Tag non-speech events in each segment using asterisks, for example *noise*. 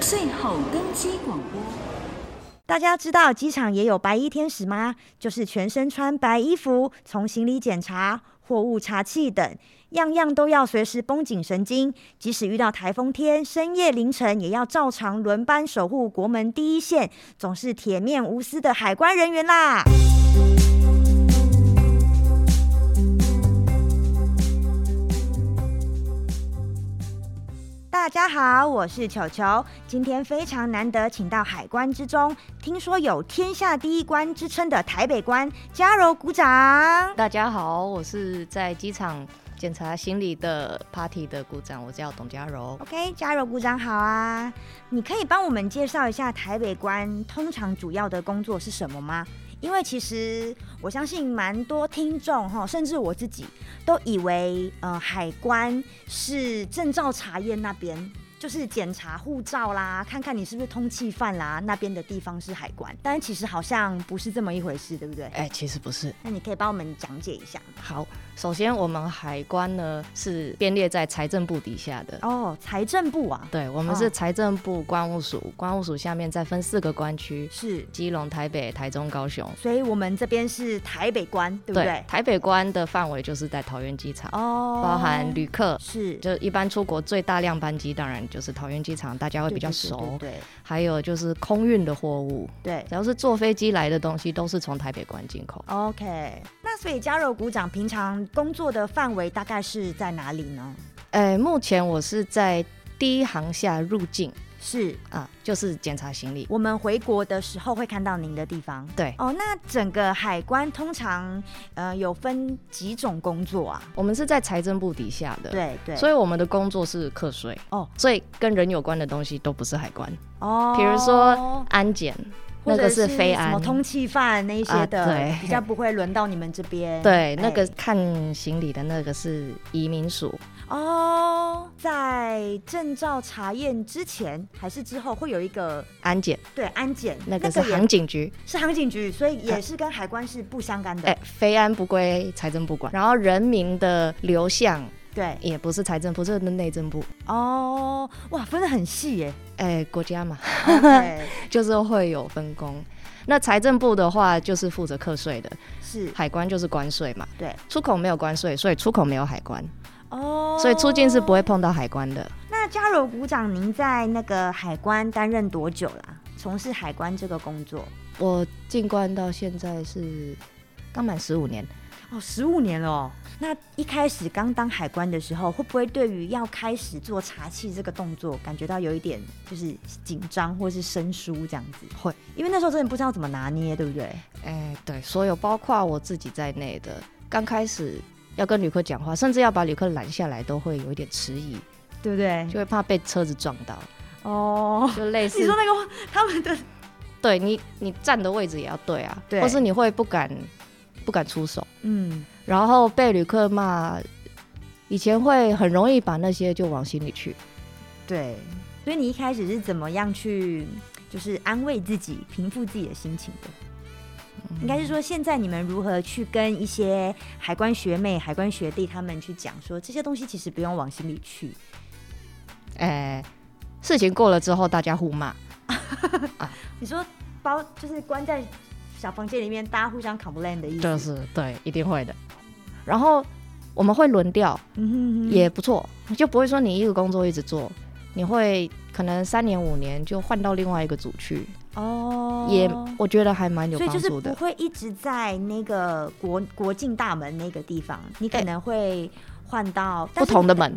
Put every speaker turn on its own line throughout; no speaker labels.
最后更新广播。
大家知道机场也有白衣天使吗？就是全身穿白衣服，从行李检查、货物查气等，样样都要随时绷紧神经。即使遇到台风天，深夜凌晨也要照常轮班守护国门第一线，总是铁面无私的海关人员啦。大家好，我是球球。今天非常难得，请到海关之中，听说有“天下第一关”之称的台北关，嘉柔鼓掌。
大家好，我是在机场检查行李的 Party 的鼓掌，我叫董佳柔。
OK，嘉柔鼓掌好啊！你可以帮我们介绍一下台北关通常主要的工作是什么吗？因为其实我相信蛮多听众哈，甚至我自己都以为呃海关是证照查验那边，就是检查护照啦，看看你是不是通缉犯啦，那边的地方是海关，但其实好像不是这么一回事，对不对？
哎、其实不是。
那你可以帮我们讲解一下
好，首先我们海关呢是编列在财政部底下的。
哦，财政部啊，
对，我们
哦
是财政部关务署，关务署下面再分四个关区：
是，
基隆、台北、台中、高雄。
所以我们这边是台北关，对不对？
台北关的范围就是在桃园机场，
哦，
包含旅客。
是
就一般出国最大量班机，当然就是桃园机场，大家会比较熟。
对
还有就是空运的货物，
对对
只要是坐飞机来的东西，都是从台北关进口。
OK，那所以加柔鼓掌平常工作的范围大概是在哪里呢？
哎，目前我是在第一航下入境
是
啊，就是检查行李。
我们回国的时候会看到您的地方。
对，
哦，那整个海关通常呃有分几种工作啊？
我们是在财政部底下的，，
对对，
所
以
以我们的工作是课税
哦，
所以跟人有关的东西都不是海关，
哦，
比如说安检，
或
那
者
个
是
是非
什么
安。
通缉犯那一些的，
啊对
比较不会轮到你们这边。
对，那个
哎
看行李的那个是移民署，
哦，在证照查验之前还是之后会有一个
安检
对安检，
那个是
也
航警局，
是航警局，
*laughs*
所以也是跟海关是不相干的。
哎、非安不归财政部管，然后人民的流向
对，
也不是财政部，是内政部，
哦，哇，分的很细
*laughs*
耶。哦
哎、国家嘛，
对，
就是会有分工。那财政部的话就是负责课税的，
是，
海关就是关税嘛。
对，
出口没有关税，所以出口没有海关，
哦，
所以出境是不会。碰到海关的。
那嘉柔股长，您在那个海关担任多久啦？从事海关这个工作？
我进关到现在是刚满十五年，
哦，十五年了、哦。那一开始刚当海关的时候，会不会对于要开始做茶器这个动作，感觉到有一点就是紧张或是生疏这样子？
会，
因为那时候真的不知道怎么拿捏，对不对？
哎、对，所有包括我自己在内的，刚开始要跟旅客讲话，甚至要把旅客拦下来，都会有一点迟疑，
对不对？
就会怕被车子撞到，
哦，
就类似
你说那个他们的
对你你站的位置也要对啊，
对
或是你会不敢不敢出手。
*laughs* 嗯，
然后被旅客骂，以前会很容易把那些就往心里去。
对。所以你一开始是怎么样去，就是安慰自己、平复自己的心情的？应该是说，现在你们如何去跟一些海关学妹、海关学弟他们去讲说，这些东西其实不用往心里去。
哎、事情过了之后，大家互骂，
你说包就是关在小房间里面，大家互相 complain 的意思，
就是对，一定会的。然后我们会轮调，
嗯哼哼
也不错，就不会说你一个工作一直做，你会可能三年五年就换到另外一个组去，
哦，
也我觉得还蛮有
所以
帮
就是
助
不
的。
会一直在那个国国境大门那个地方，你可
对
能会换到
不同的，门，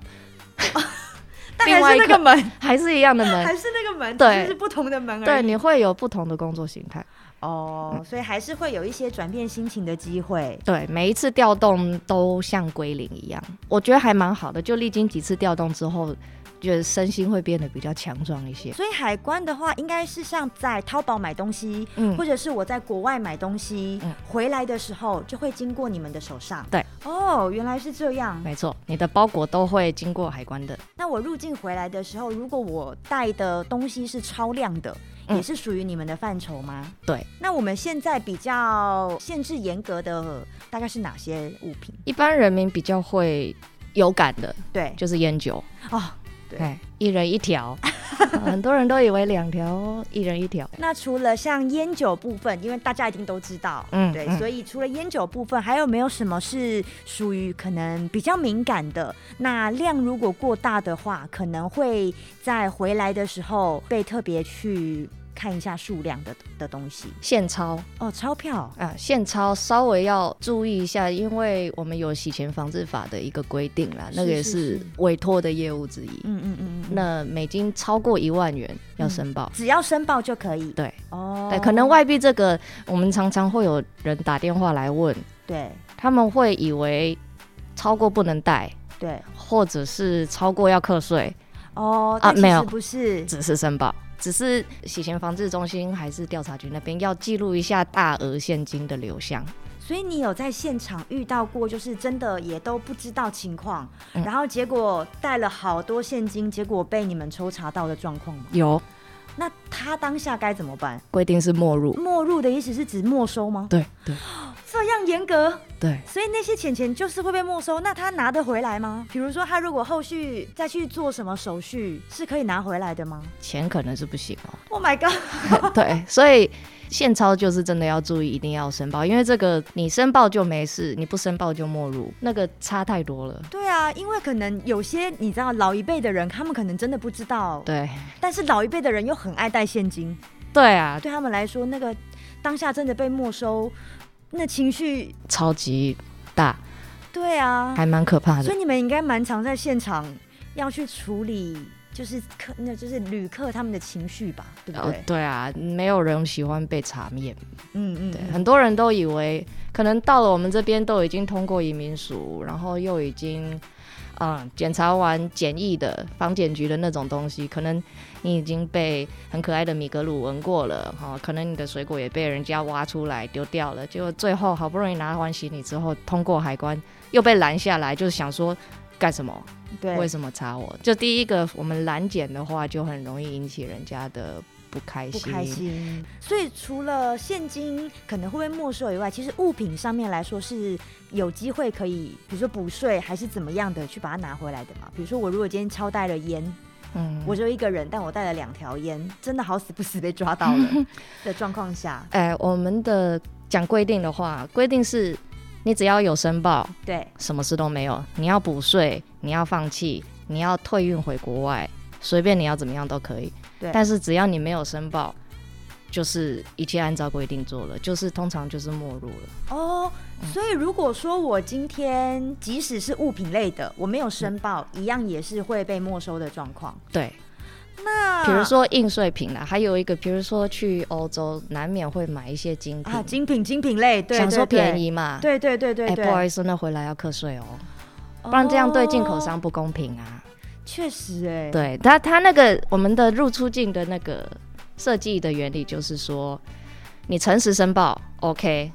但是但还
另外
是
一
那
个
个门，
*laughs* 还是一样的门，
还是那个门，
对
只是不同的门而
对，
已。
你会有不同的工作形态。
哦，所以还是会有一些转变心情的机会。
对，每一次调动都像归零一样，我觉得还蛮好的。就历经几次调动之后，觉得身心会变得比较强壮一些。
所以海关的话，应该是像在淘宝买东西，
嗯
或，者是我在国外买东西，
嗯
回来的时候就会经过你们的手上。
对，
哦，原来是这样。
没错，你的包裹都会经过海关的。
那我入境回来的时候，如果我带的东西是超量的，
嗯
也是属于你们的范畴吗？
对。
那我们现在比较限制严格的大概是哪些物品？
一般人民比较会有感的
对，
就是烟酒，
哦，对 *laughs*
哎，一人一条，很多人都以为两条一人一条，
那除了像烟酒部分，因为大家一定都知道，
嗯
对，
嗯
所以除了烟酒部分，还有没有什么是属于可能比较敏感的？那量如果过大的话，可能会在回来的时候被特别去看一下数量的的东西。
现钞
哦，钞票，
啊，现钞稍微要注意一下，因为我们有洗钱防治法的一个规定啦，
是
那个
是
也是
是
委托的业务之一。
嗯嗯嗯嗯，嗯
那美金超过一万元要申报。
只要申报就可以。
对
哦，
对，可能外币这个，我们常常会有人打电话来问，
对
他们会以为超过不能带，
对
或者是超过要课税，
哦，
啊
但其
没
实
有
不是
只是申报。只是洗钱防治中心还是调查局那边要记录一下大额现金的流向，
所以你有在现场遇到过，就是真的也都不知道情况，
嗯
然后结果带了好多现金，结果被你们抽查到的状况吗？
有
那他当下该怎么办？
规定是没入。
没入的意思是指没收吗？
对对
这样严格，
对，
所以那些钱钱就是会被没收。那他拿得回来吗？比如说他如果后续再去做什么手续，是可以拿回来的吗
钱可能是不行哦。
？Oh my god！
对，所以现钞就是真的要注意，一定要申报，因为这个你申报就没事，你不申报就没入，那个差太多了。
对啊，因为可能有些你知道老一辈的人，他们可能真的不知道，
对
但是老一辈的人又很爱带现金。
对啊，
对他们来说，那个当下真的被没收，那情绪，
超级大，
对啊，
还蛮可怕
所
的。
以你们应该蛮常在现场要去处理，就是客，那就是旅客他们的情绪吧，对不
哦
对？，
对啊，没有人喜欢被查面，
嗯嗯，
对，
嗯
很多人都以为可能到了我们这边都已经通过移民署，然后又已经嗯检查完检疫的房检局的那种东西，可能你已经被很可爱的米格鲁闻过了哈、可能你的水果也被人家挖出来丢掉了，结果最后好不容易拿完行李之后通过海关又被拦下来，就是想说干什么？为
对，
什么查我？就第一个，我们拦检的话，就很容易引起人家的不开
不
心。
开心。所以除了现金可能会被没收以外，其实物品上面来说是有机会可以，比如说补税还是怎么样的去把它拿回来的嘛。比如说我如果今天超带了烟，
嗯，
我就一个人，但我带了两条烟，真的好死不死被抓到
*laughs*
了的状况下，
哎、我们的讲规定的话，规定是你只要有申报，
对，
什么事都没有，你要补税，你要放弃，你要退运回国外，随便你要怎么样都可以。
对
但是只要你没有申报，就是一切按照规定做了，就是通常就是没入了。
哦，
嗯
所以如果说我今天即使是物品类的，我没有申报，一样也是会被没收的状况。
对，
那
比如说应税品啊啦，还有一个，比如说去欧洲，难免会买一些精品，
啊，精品精品类，对，
想说
对
便，宜嘛。
对对对对对
哎、
对，
不好意思，那回来要课税哦，不然这样对进口
哦
商不公平啊。
确实哎、
对他，他那个我们的入出境的那个设计的原理就是说，你诚实申报，OK，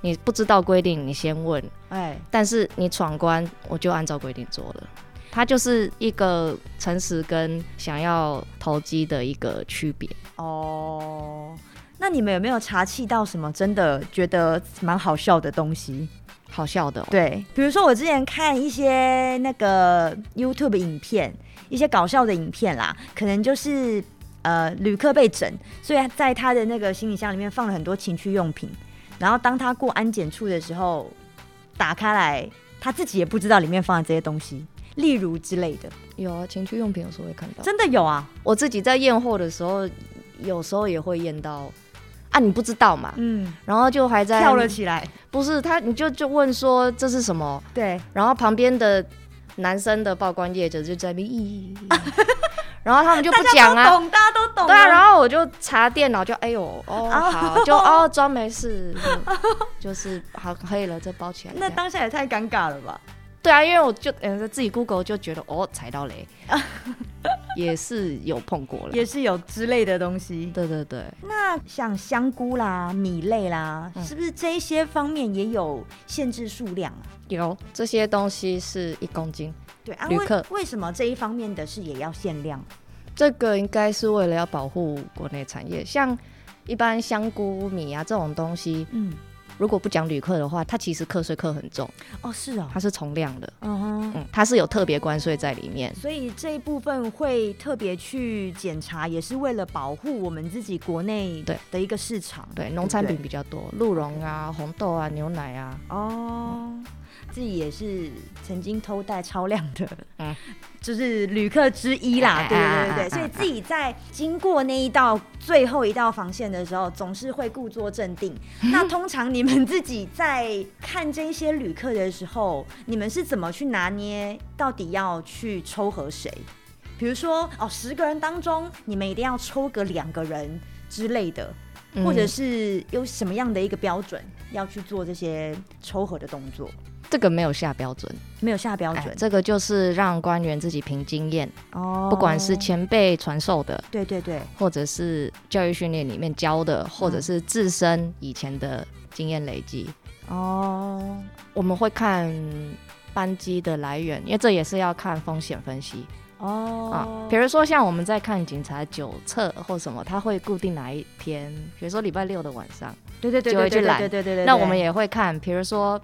你不知道规定你先问，
哎，
但是你闯关我就按照规定做了。它就是一个诚实跟想要投机的一个区别。
哦。那你们有没有查气到什么真的觉得蛮好笑的东西？
好笑的、哦，
对，比如说我之前看一些那个 YouTube 影片，一些搞笑的影片啦，可能就是呃旅客被整，所以他在他的那个行李箱里面放了很多情趣用品，然后当他过安检处的时候，打开来，他自己也不知道里面放了这些东西。例如之类的，
有啊，情趣用品有时候会看到。
真的有啊，
我自己在验货的时候，有时候也会验到啊，你不知道嘛，
嗯，
然后就还在
跳了，起来，
不是他，你就就问说这是什么，
对，
然后旁边的男生的报关业者就在那边咦，然后他们就不
*laughs*
讲
大家都
啊。
懂，大家都懂啊，
对啊，然后我就查电脑，就哎呦，哦
啊
好，就哦装没事，嗯就就是好可以了，这包起来。
那
这样
当下也太尴尬了吧？
对啊，因为我就嗯自己 Google 就觉得哦踩
*laughs*
到雷，也是有碰过了。
也是有之类的东西，
对对对，
那像香菇啦、米类啦，
嗯
是不是这一些方面也有限制数量啊？
有这些东西是一公斤，
对啊，
旅
为
客
为什么这一方面的是也要限量？
这个应该是为了要保护国内产业，像一般香菇、米啊这种东西，
嗯，
如果不讲旅客的话，它其实课税课很重，
哦，是哦，
它是从量的，
嗯哼。
嗯，它是有特别关税在里面。
所以这一部分会特别去检查，也是为了保护我们自己国内
对
的一个市场。
对，农产
对
品比较多，鹿茸啊、红豆啊、牛奶啊，
哦，自己也是曾经偷带超量的，
嗯
就是旅客之一啦，
哎
对
哎
对对
哎
对，所以
哎
自己在经过那一道最后一道防线的时候，总是会故作镇
*laughs*
定。那通常你们自己在看这些旅客的时候，你们是怎么去拿捏，到底要去抽和谁？比如说哦，十个人当中，你们一定要抽个两个人之类的，
嗯
或者是有什么样的一个标准要去做这些抽核的动作？
这个没有下标准，
没有下标
哎
准、
这个就是让官员自己凭经验，
哦
不管是前辈传授的，
对对对，
或者是教育训练里面教的，
嗯
或者是自身以前的经验累积。
哦，
我们会看班机的来源，因为这也是要看风险分析啊。
哦，
比如说像我们在看警察九册或什么，他会固定哪一天，比如说礼拜六的晚上，
对对对
就
对
会
对
去
对
拦
对对对对，
那我们也会看，比如说。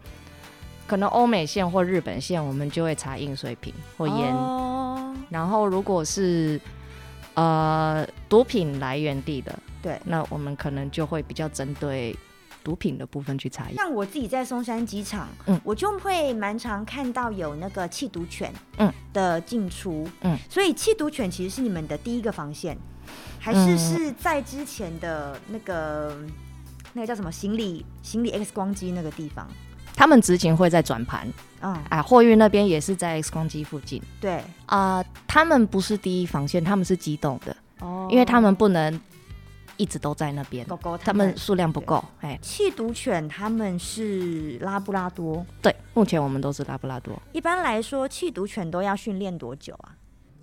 可能欧美线或日本线，我们就会查饮水瓶或烟。
哦
然后如果是呃毒品来源地的，
对
那我们可能就会比较针对毒品的部分去查验。
像我自己在松山机场，
嗯
我就会蛮常看到有那个弃毒犬，
嗯
的进出，
嗯
所以弃毒犬其实是你们的第一个防线，还是
嗯
是在之前的那个、那个叫什么行李行李 X 光机那个地方，
他们执勤会在转盘
嗯，
啊，货运那边也是在 X 光机附近
对，
啊、他们不是第一防线，他们是机动的，
哦
因为他们不能一直都在那边，
狗狗
他们数量不够。哎，
弃毒犬他们是拉布拉多，
对，目前我们都是拉布拉多。
一般来说弃毒犬都要训练多久啊？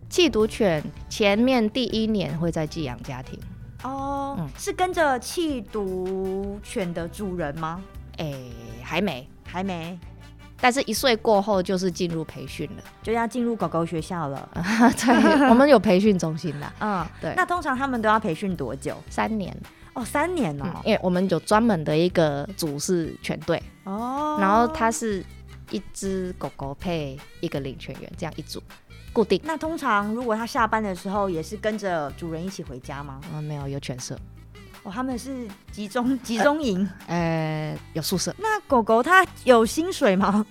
缉毒犬前面第一年会在寄养家庭，
哦，
嗯
是跟着弃毒犬的主人吗？
哎、还没，
还没，
但是一岁过后就是进入培训了。
就要进入狗狗学校了。
*laughs* 对，我们有培训中心啦，
嗯，
嗯 *laughs* 对
那通常他们都要培训多久？
三年，
哦，三年哦。
因为我们有专门的一个组是犬队，
哦，
嗯然后它是一只狗狗配一个领犬员，这样一组固定。
那通常如果它下班的时候也是跟着主人一起回家吗？
嗯，没有有犬舍，
哦，他们是集中集中
*laughs*
营。
呃，有宿舍。
那狗狗它有薪水吗？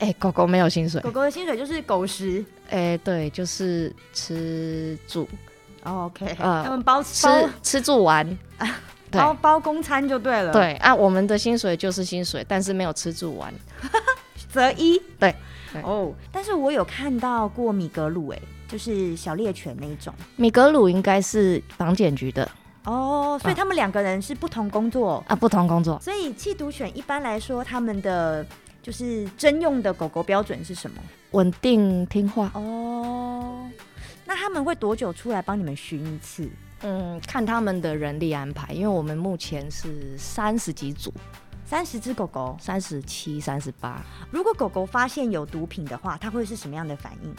哎、狗狗没有薪水
狗。狗的薪水就是狗食。
哎、对，就是吃住
哦 OK，
呃
他们包
吃
包
吃住玩。对
包包公餐就对了。，
对啊，我们的薪水就是薪水，但是没有吃住玩。
择一。
对对
哦，但是我有看到过米格鲁，哎，就是小猎犬那一种。
米格鲁应该是防检局的
哦，
嗯
所以他们两个人是不同工作。
啊，不同工作。
所以弃毒犬一般来说，他们的就是征用的狗狗标准是什么？
稳定听话，
哦，那他们会多久出来帮你们巡一次？
嗯，看他们的人力安排，因为我们目前是三十几组，
三十只狗狗，
三十七、三十八。
如果狗狗发现有毒品的话，它会是什么样的反应？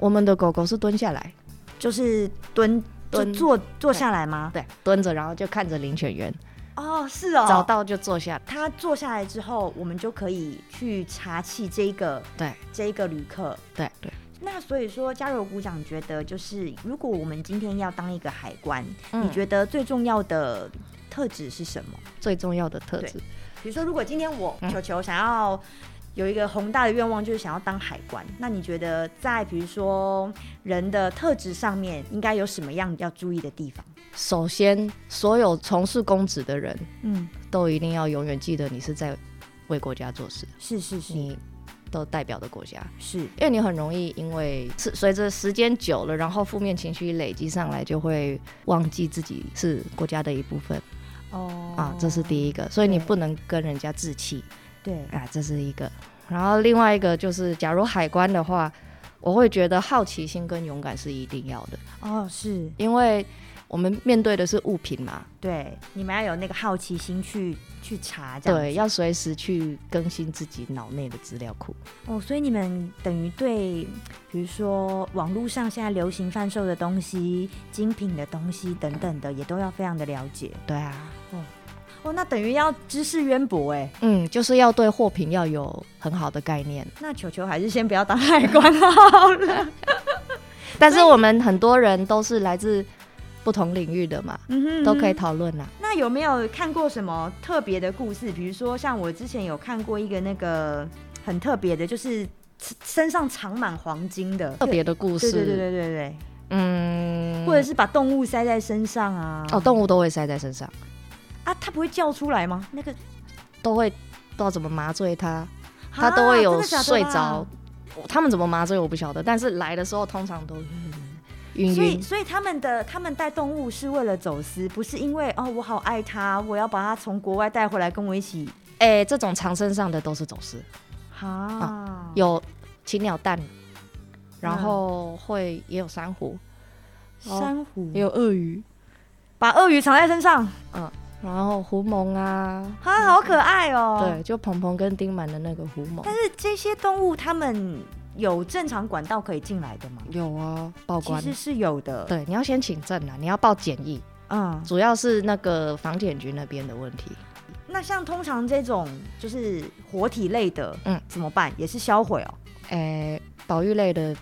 我们的狗狗是蹲下来，
就是蹲
蹲
就坐坐下来吗？
对，蹲着，然后就看着领犬员，
哦，是哦，
找到就坐下。
它坐下来之后，我们就可以去查气这一个
对，
这一个旅客。
对，对，
那所以说，加柔股长觉得，就是如果我们今天要当一个海关，
嗯
你觉得最重要的特质是什么？
最重要的特质
对，比如说，如果今天我球球想要有一个宏大的愿望，就是想要当海关，那你觉得在比如说人的特质上面，应该有什么样要注意的地方？
首先，所有从事公职的人
嗯，
都一定要永远记得你是在为国家做事，
是是是
你都代表的国家。
是，
因为你很容易因为是随着时间久了，然后负面情绪累积上来，就会忘记自己是国家的一部分
哦
啊，这是第一个，所以你
对
不能跟人家置气
对，
啊，这是一个。然后另外一个就是，假如海关的话，我会觉得好奇心跟勇敢是一定要的，
哦是，
因为我们面对的是物品嘛，
对，你们要有那个好奇心去去查，这样子
对，要随时去更新自己脑内的资料库。
哦，所以你们等于对，比如说网络上现在流行贩售的东西、精品的东西等等的，也都要非常的了解。
对啊，
哦，那等于要知识渊博哎。
嗯，就是要对货品要有很好的概念。
那球球还是先不要当海关好
*laughs*
了。
但是我们很多人都是来自不同领域的嘛，
嗯哼
都可以。讨论啦。啊
那有没有看过什么特别的故事？比如说，像我之前有看过一个那个很特别的，就是身上藏满黄金的
特别的故
对
事，
对对对对对，
嗯，
或者是把动物塞在身上啊。
哦，动物都会塞在身上，
啊，它不会叫出来吗？那个
都会不知道怎么麻醉
啊
它，它
它
都会有睡着。他们怎么麻醉我不晓得，但是来的时候通常都晕
所以，
晕。
所以他们的他们带动物是为了走私，不是因为哦，我好爱它，我要把它从国外带回来跟我一起。
哎、这种长身上的都是走私，
哦哈、
啊有禽鸟蛋，然
嗯
后会、也有珊瑚，
珊瑚，
也有鳄鱼，
把鳄鱼藏在身上，
然后狐獴啊，
啊，好可爱哦、，
对，就鹏鹏跟丁满的那个狐獴。
但是这些动物它们有正常管道可以进来的吗？
有啊，报
其
关
实是有的。，
对，你要先请证啊，你要报检疫，
嗯，
主要是那个房检局那边的问题。
那像通常这种就是活体类的，嗯
嗯，
怎么办？也是销毁哦。
诶、保育类的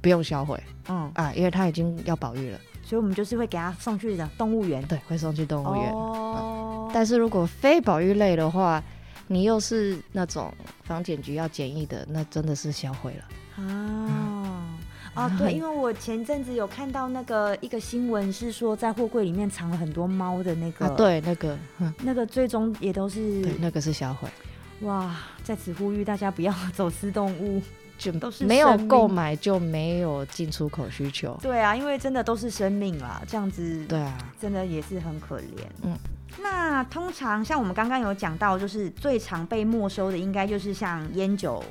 不用销毁
嗯，
啊，因为它已经要保育了，
所以我们就是会给它送去的动物园。
对，会送去动物园。
哦，
但是如果非保育类的话，你又是那种房检局要检疫的，那真的是销毁了。
啊。
嗯
哦，
*laughs*
对，因为我前阵子有看到那个一个新闻，是说在货柜里面藏了很多猫的那个，
啊，，对，那个，嗯，
那个最终也都是
对，那个是销毁，
哇，在此呼吁大家不要走私动物。 *laughs*
就
都是
没有
生命
购买就没有进出口需求。
对啊，因为真的都是生命啦，这样子
对啊，
真的也是很可怜。
嗯，
那通常像我们刚刚有讲到，就是最常被没收的，应该就是像烟酒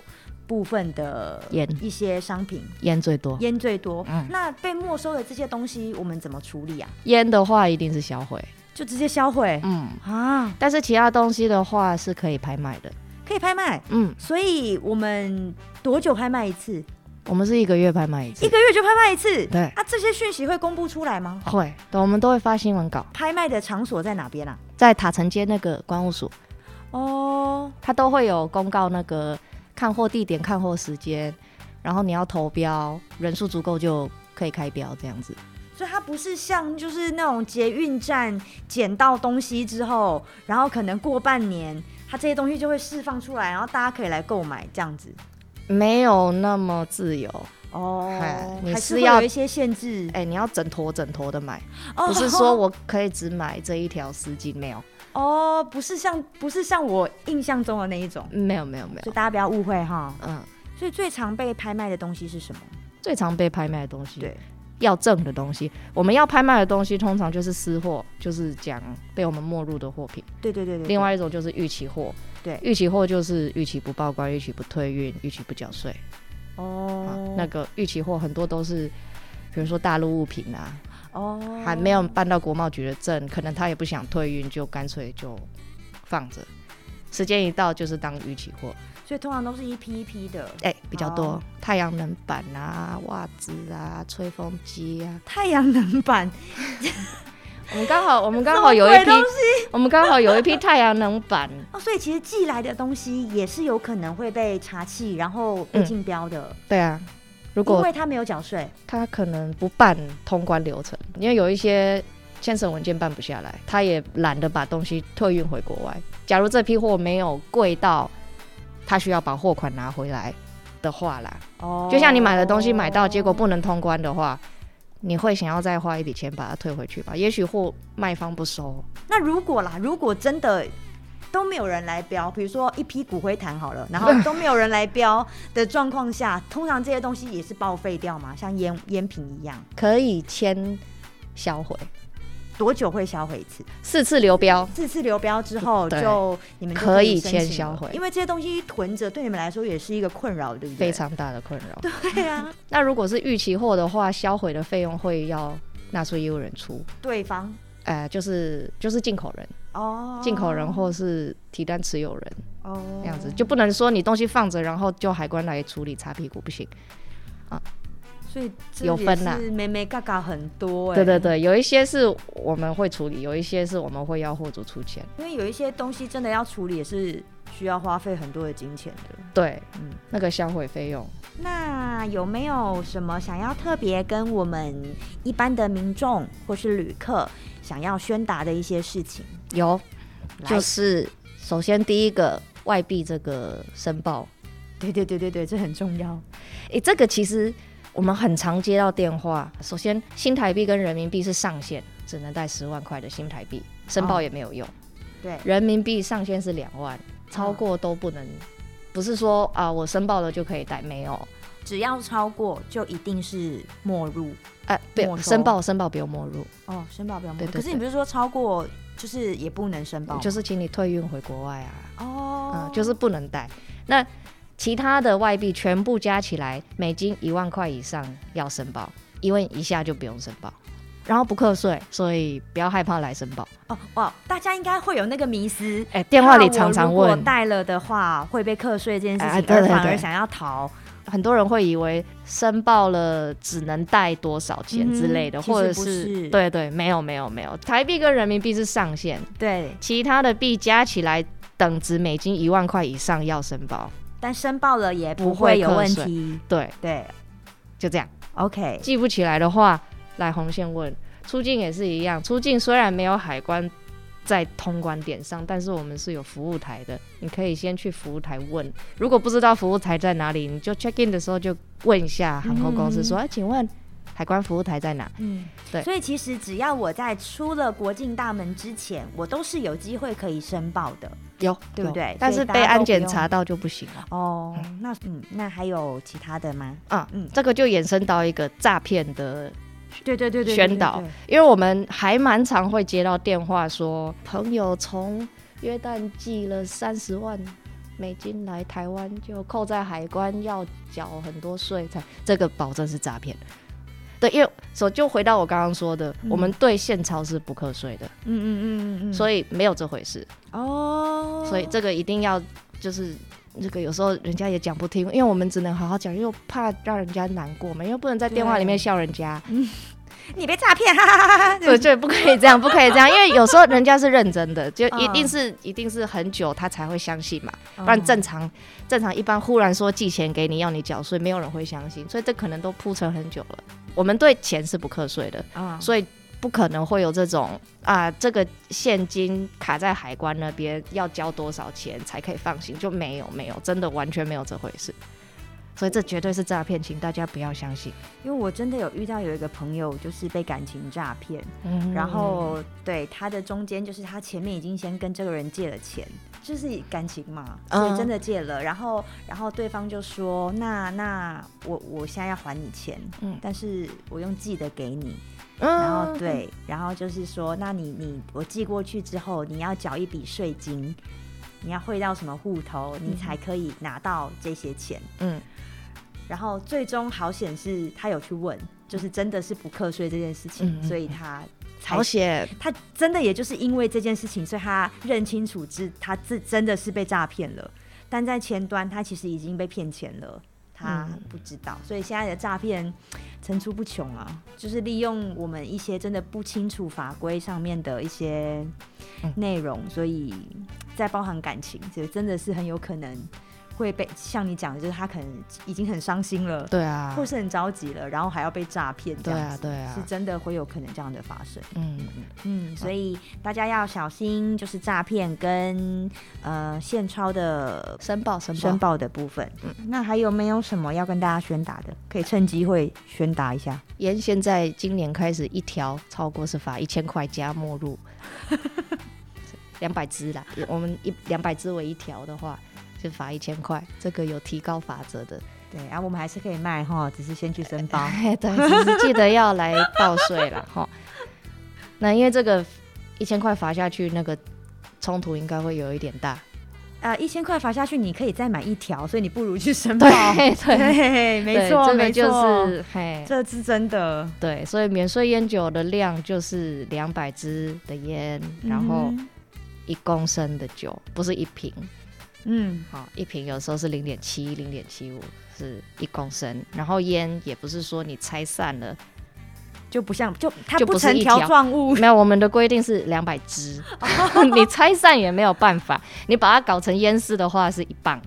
部分的
烟
一些商品，
烟最多，
烟最多。
嗯
那被没收的这些东西，我们怎么处理啊？
烟的话一定是销毁。
就直接销毁、
嗯，
啊？
但是其他东西的话是可以拍卖的。
可以拍卖，
嗯，
所以我们多久拍卖一次？
我们是一个月拍卖一次
一，个月就拍卖一次。
对
啊，这些讯息会公布出来吗？
会，对我们都会发新闻稿，
拍卖的场所在哪边啊？
在塔城街那个关务署，
哦，
它都会有公告那个看货地点、看货时间，然后你要投标，人数足够就可以开标这样子。
所以它不是像就是那种捷运站捡到东西之后，然后可能过半年，它这些东西就会释放出来，然后大家可以来购买这样子。
没有那么自由，
哦
嗨，你
还
是
是会
要
有一些限制，
哎、你要整坨整坨的买，
哦
不是说我可以只买这一条丝巾，没有，
哦，不是像不是像我印象中的那一种，
没有，没有，没
所
有
以，大家不要误会哈。
嗯，
所以最常被拍卖的东西是什么？
最常被拍卖的东西，
对，
要挣的东西，我们要拍卖的东西通常就是私货，就是讲被我们没入的货品。
对对对对对。
另外一种就是预期货，
对
预期货就是预期不报关、预期不退运、预期不缴税、啊
哦，。
那个预期货很多都是，比如说大陆物品啊，
哦，
还没有办到国贸局的证，可能他也不想退运，就干脆就放着。时间一到就是当预期货，
所以通常都是一批一批的。
哎、比较多、
哦
太阳能板啊、袜子啊、吹风机啊。
太阳能板，
我们刚好，我们 *laughs* 刚好有一
什么
批
鬼东，
我们刚好有一批太阳能板，
哦，所以其实寄来的东西也是有可能会被查气，然后被竞标的，
对啊。嗯如
因
果
为他没有缴税。
他可能不办通关流程，因为有一些签审文件办不下来，他也懒得把东西退运回国外。假如这批货没有贵到他需要把货款拿回来的话啦，
哦
就像你买的东西买到结果不能通关的话，你会想要再花一笔钱把它退回去吧？也许货卖方不收，
那如果啦，如果真的。都没有人来标，比如说一批骨灰坛好了，然
*laughs*
后都没有人来标的状况下，通常这些东西也是报废掉嘛，像烟烟品一样，
可以签销毁，
多久会销毁一次？
四次流标。
四次流标之后
对
就你们就
可以
申请了
签销毁
因为这些东西囤着对你们来说也是一个困扰，对不对？
非常大的困扰。
对
*laughs*
啊，
那如果是预期货的话，销毁的费用会要纳税业务人出，
对方
呃，就是就是进口人，
哦，
进口人或是提单持有人
哦
这样子，就不能说你东西放着，然后就海关来处理擦屁股，不行。
所以这
有分
也
呐
是妹妹嘎嘎很多哎、
对对，对，有一些是我们会处理，有一些是我们会要货主出钱。
因为有一些东西真的要处理，也是需要花费很多的金钱的。
对，
嗯
嗯，那个销毁费用。
那有没有什么想要特别跟我们一般的民众或是旅客想要宣达的一些事情？
有，
来
就是首先第一个外币这个申报，
对对对对对，这很重要。
诶，这个其实我们很常接到电话。首先，新台币跟人民币是上限，只能带十万块的新台币，申
哦
报也没有用。
对，嗯
人民币上限是两万，超过都不能。不是说啊、我申报了就可以带，没有。
只要超过就一定是没入
哎、不
没
要
收
申报，申报不用没入，
哦，申报不要没
对
入。
对
可是
对
你不是说超过就是也不能申报吗？
就是请你退运回国外啊，嗯、
哦，
就是不能带。那其他的外币全部加起来，美金一万块以上要申报，一万以下就不用申报，然后不课税，所以不要害怕来申报。
哦哇，大家应该会有那个迷思。
哎、电话里
怕我
常常
如
问
果，带了的话会被课税这件事情，
哎对对
而反而
对
想要逃。
很多人会以为申报了只能带多少钱之类的，
嗯
或者
其实不是
对对，没有没有没有，台币跟人民币是上限，
对，
其他的币加起来等值美金一万块以上要申报。
但申报了也不
不会
会有
课
问
税
题。
对，
对
就这样。
，OK，
记不起来的话，来红线问。出境也是一样，出境虽然没有海关在通关点上，但是我们是有服务台的，你可以先去服务台问。如果不知道服务台在哪里，你就 check in 的时候就问一下航空公司说：“哎、请问海关服务台在哪
嗯，
对
所以其实只要我在出了国境大门之前，我都是有机会可以申报的。？”
有，
对不对
有
所以
但是
大
被
家都
安
不
检
用
查到就不行了。
哦，那嗯，那还有其他的吗？
啊，
嗯
嗯，这个就衍生到一个诈骗的
对对对
宣导，因为我们还蛮常会接到电话说，朋友从约旦寄了三十万美金来台湾，就扣在海关要缴很多税，才这个保证是诈骗。对，因为所就回到我刚刚说的，我们对现钞是不课税的，
嗯嗯嗯嗯嗯，
所以没有这回事，
哦，
所以这个一定要就是。这个有时候人家也讲不听，因为我们只能好好讲，又怕让人家难过嘛，因为不能在电话里面笑人家。
你被诈骗，哈哈哈哈。
对对，不可以这样，不可以这样， *laughs* 因为有时候人家是认真的，就一定
嗯
是、一定是很久他才会相信嘛，不然正常正常一般忽然说寄钱给你要你缴税，没有人会相信，所以这可能都铺陈很久了。我们对钱是不课税的，
啊，
所以不可能会有这种啊，这个现金卡在海关那边要交多少钱才可以放心，就没有没有，真的完全没有这回事。所以这绝对是诈骗，请大家不要相信。
因为我真的有遇到有一个朋友，就是被感情诈骗，
嗯
然后对他的中间就是他前面已经先跟这个人借了钱，就是感情嘛，所以
嗯
真的借了，然后然后对方就说那那我我现在要还你钱，
嗯
但是我用寄的给你，然
嗯
后对，然后就是说那你你我寄过去之后，你要缴一笔税金，你要汇到什么户头，你才可以拿到这些钱。
嗯，
然后最终好险是他有去问，就是真的是不课税这件事情，
嗯嗯
所以他才
好险，
他真的也就是因为这件事情，所以他认清楚自他自真的是被诈骗了，但在前端他其实已经被骗钱了。他
嗯
不知道，所以现在的诈骗层出不穷啊！就是利用我们一些真的不清楚法规上面的一些
嗯
内容，所以再包含感情，所以真的是很有可能会被像你讲的，就是他可能已经很伤心了，
对啊，
或是很着急了，然后还要被诈骗，这
对
样
啊，
子
对
是
啊，
真的会有可能这样的发生。
嗯，
嗯，所以大家要小心，就是诈骗跟呃现钞的
申报申报
申报的部分。嗯，那还有没有什么要跟大家宣达的？可以趁机会宣达一下。
沿现在今年开始一条超过是罚一千块加没 *laughs* 入，两百只啦，我们一两百只为一条的话。就罚一千块，这个有提高法则的。
对，啊然、后我们还是可以卖哈，只是先去申报。
哎， *laughs* 对， *laughs* 只是记得要来报税 *laughs* 了哈。那因为这个一千块罚下去，那个冲突应该会有一点大。
*laughs* 呃，一千块罚下去，你可以再买一条，所以你不如去申报 *laughs*
对。对，
对，没错，
对这
没
个就
错，
是嘿，
这是真的。
对，所以免税烟酒的量就是两百支的烟，然后
嗯
一公升的酒，不是一瓶。
嗯，
好，一瓶有时候是零点七、零点七五，是一公升，然后烟也不是说你拆散了，
就不像就它
就不
不
是
成
一
条
条
状 *laughs* 物，
没有我们的规定是两百支，你拆散也没有办法，你把它搞成烟丝的话是一磅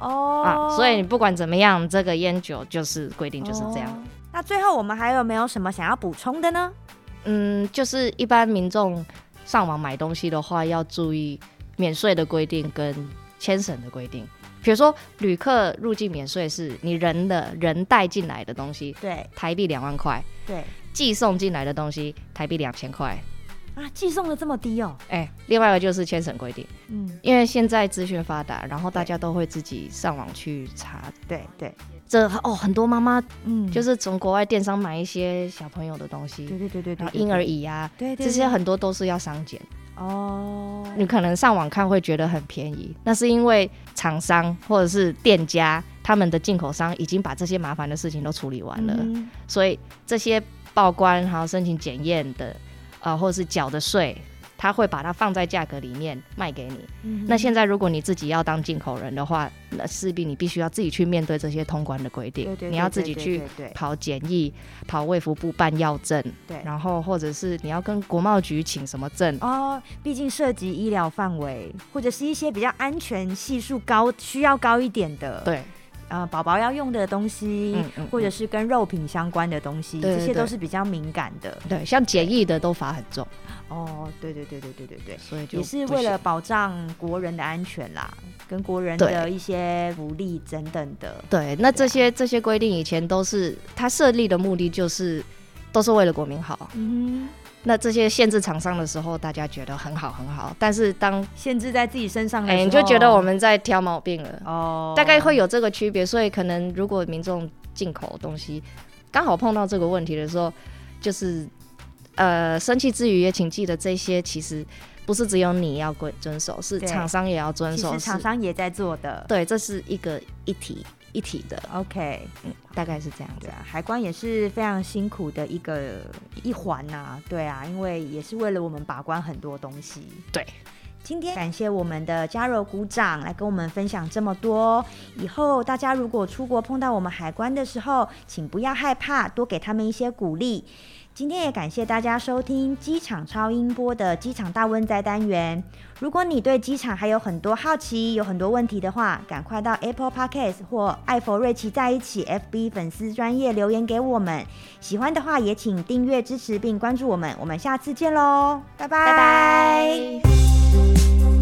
哦、
啊，所以你不管怎么样，这个烟酒就是规定就是这样。
哦那最后我们还有没有什么想要补充的呢？
嗯，就是一般民众上网买东西的话，要注意免税的规定跟签审的规定。比如说，旅客入境免税是你人的人带进来的东西，
对
台币两万块；
对
寄送进来的东西，台币两千块。
啊，寄送的这么低哦，
哎、另外一个就是签审规定，
嗯，
因为现在资讯发达，然后大家都会自己上网去查。
对对，
这哦，很多妈妈
嗯，
就是是从国外电商买一些小朋友的东
对
西，
对对对对
然，后
对
婴儿，椅啊，
对对
这些很多都是要商检。
哦，
你可能上网看会觉得很便宜，那是因为厂商或者是店家他们的进口商已经把这些麻烦的事情都处理完了，
嗯
所以这些报关还有申请检验的，啊、或者是缴的税，他会把它放在价格里面卖给你。
嗯
那现在如果你自己要当进口人的话，那势必你必须要自己去面对这些通关的规定，
对对，
你要自己去。
对
跑检疫，跑卫福部办药证，
对
然后或者是你要跟国贸局请什么证，
哦，毕竟涉及医疗范围，或者是一些比较安全系数高、需要高一点的，，
对，
呃，宝宝要用的东西，
嗯嗯
或者是跟肉品相关的东西，
对
这
对
些都
对
是比较敏感的。
对，像检疫的都罚很重，
哦，对对对对对对对，
所以就
也是
不
为了
行
保障国人的安全啦，跟国人的
对
一些福利等等的。
对。那这
啊
些这些规定以前都是它设立的目的就是都是为了国民好。
嗯
那这些限制厂商的时候，大家觉得很好很好，但是当
哼，限制在自己身上的时
哎、
候，
你就觉得我们在挑毛病了，
哦，
大概会有这个区别。所以可能如果民众进口东西刚好碰到这个问题的时候，就是呃生气之余也请记得这些其实。不是只有你要遵遵守，是
对
厂商也要遵
其
守。
实厂
是
商也在做的。
对，这是一个一体一体的，
OK，
大概是这样子
对。啊，海关也是非常辛苦的一个一环呐、对啊，因为也是为了我们把关很多东西。
对，
今天感谢我们的嘉柔鼓掌来跟我们分享这么多。以后大家如果出国碰到我们海关的时候，请不要害怕，多给他们一些鼓励。今天也感谢大家收听机场超音波的机场大问在单元。如果你对机场还有很多好奇，有很多问题的话，赶快到 Apple Podcast 或艾佛瑞奇在一起 FB 粉丝专业留言给我们。喜欢的话也请订阅支持并关注我们，我们下次见喽，拜拜
拜拜。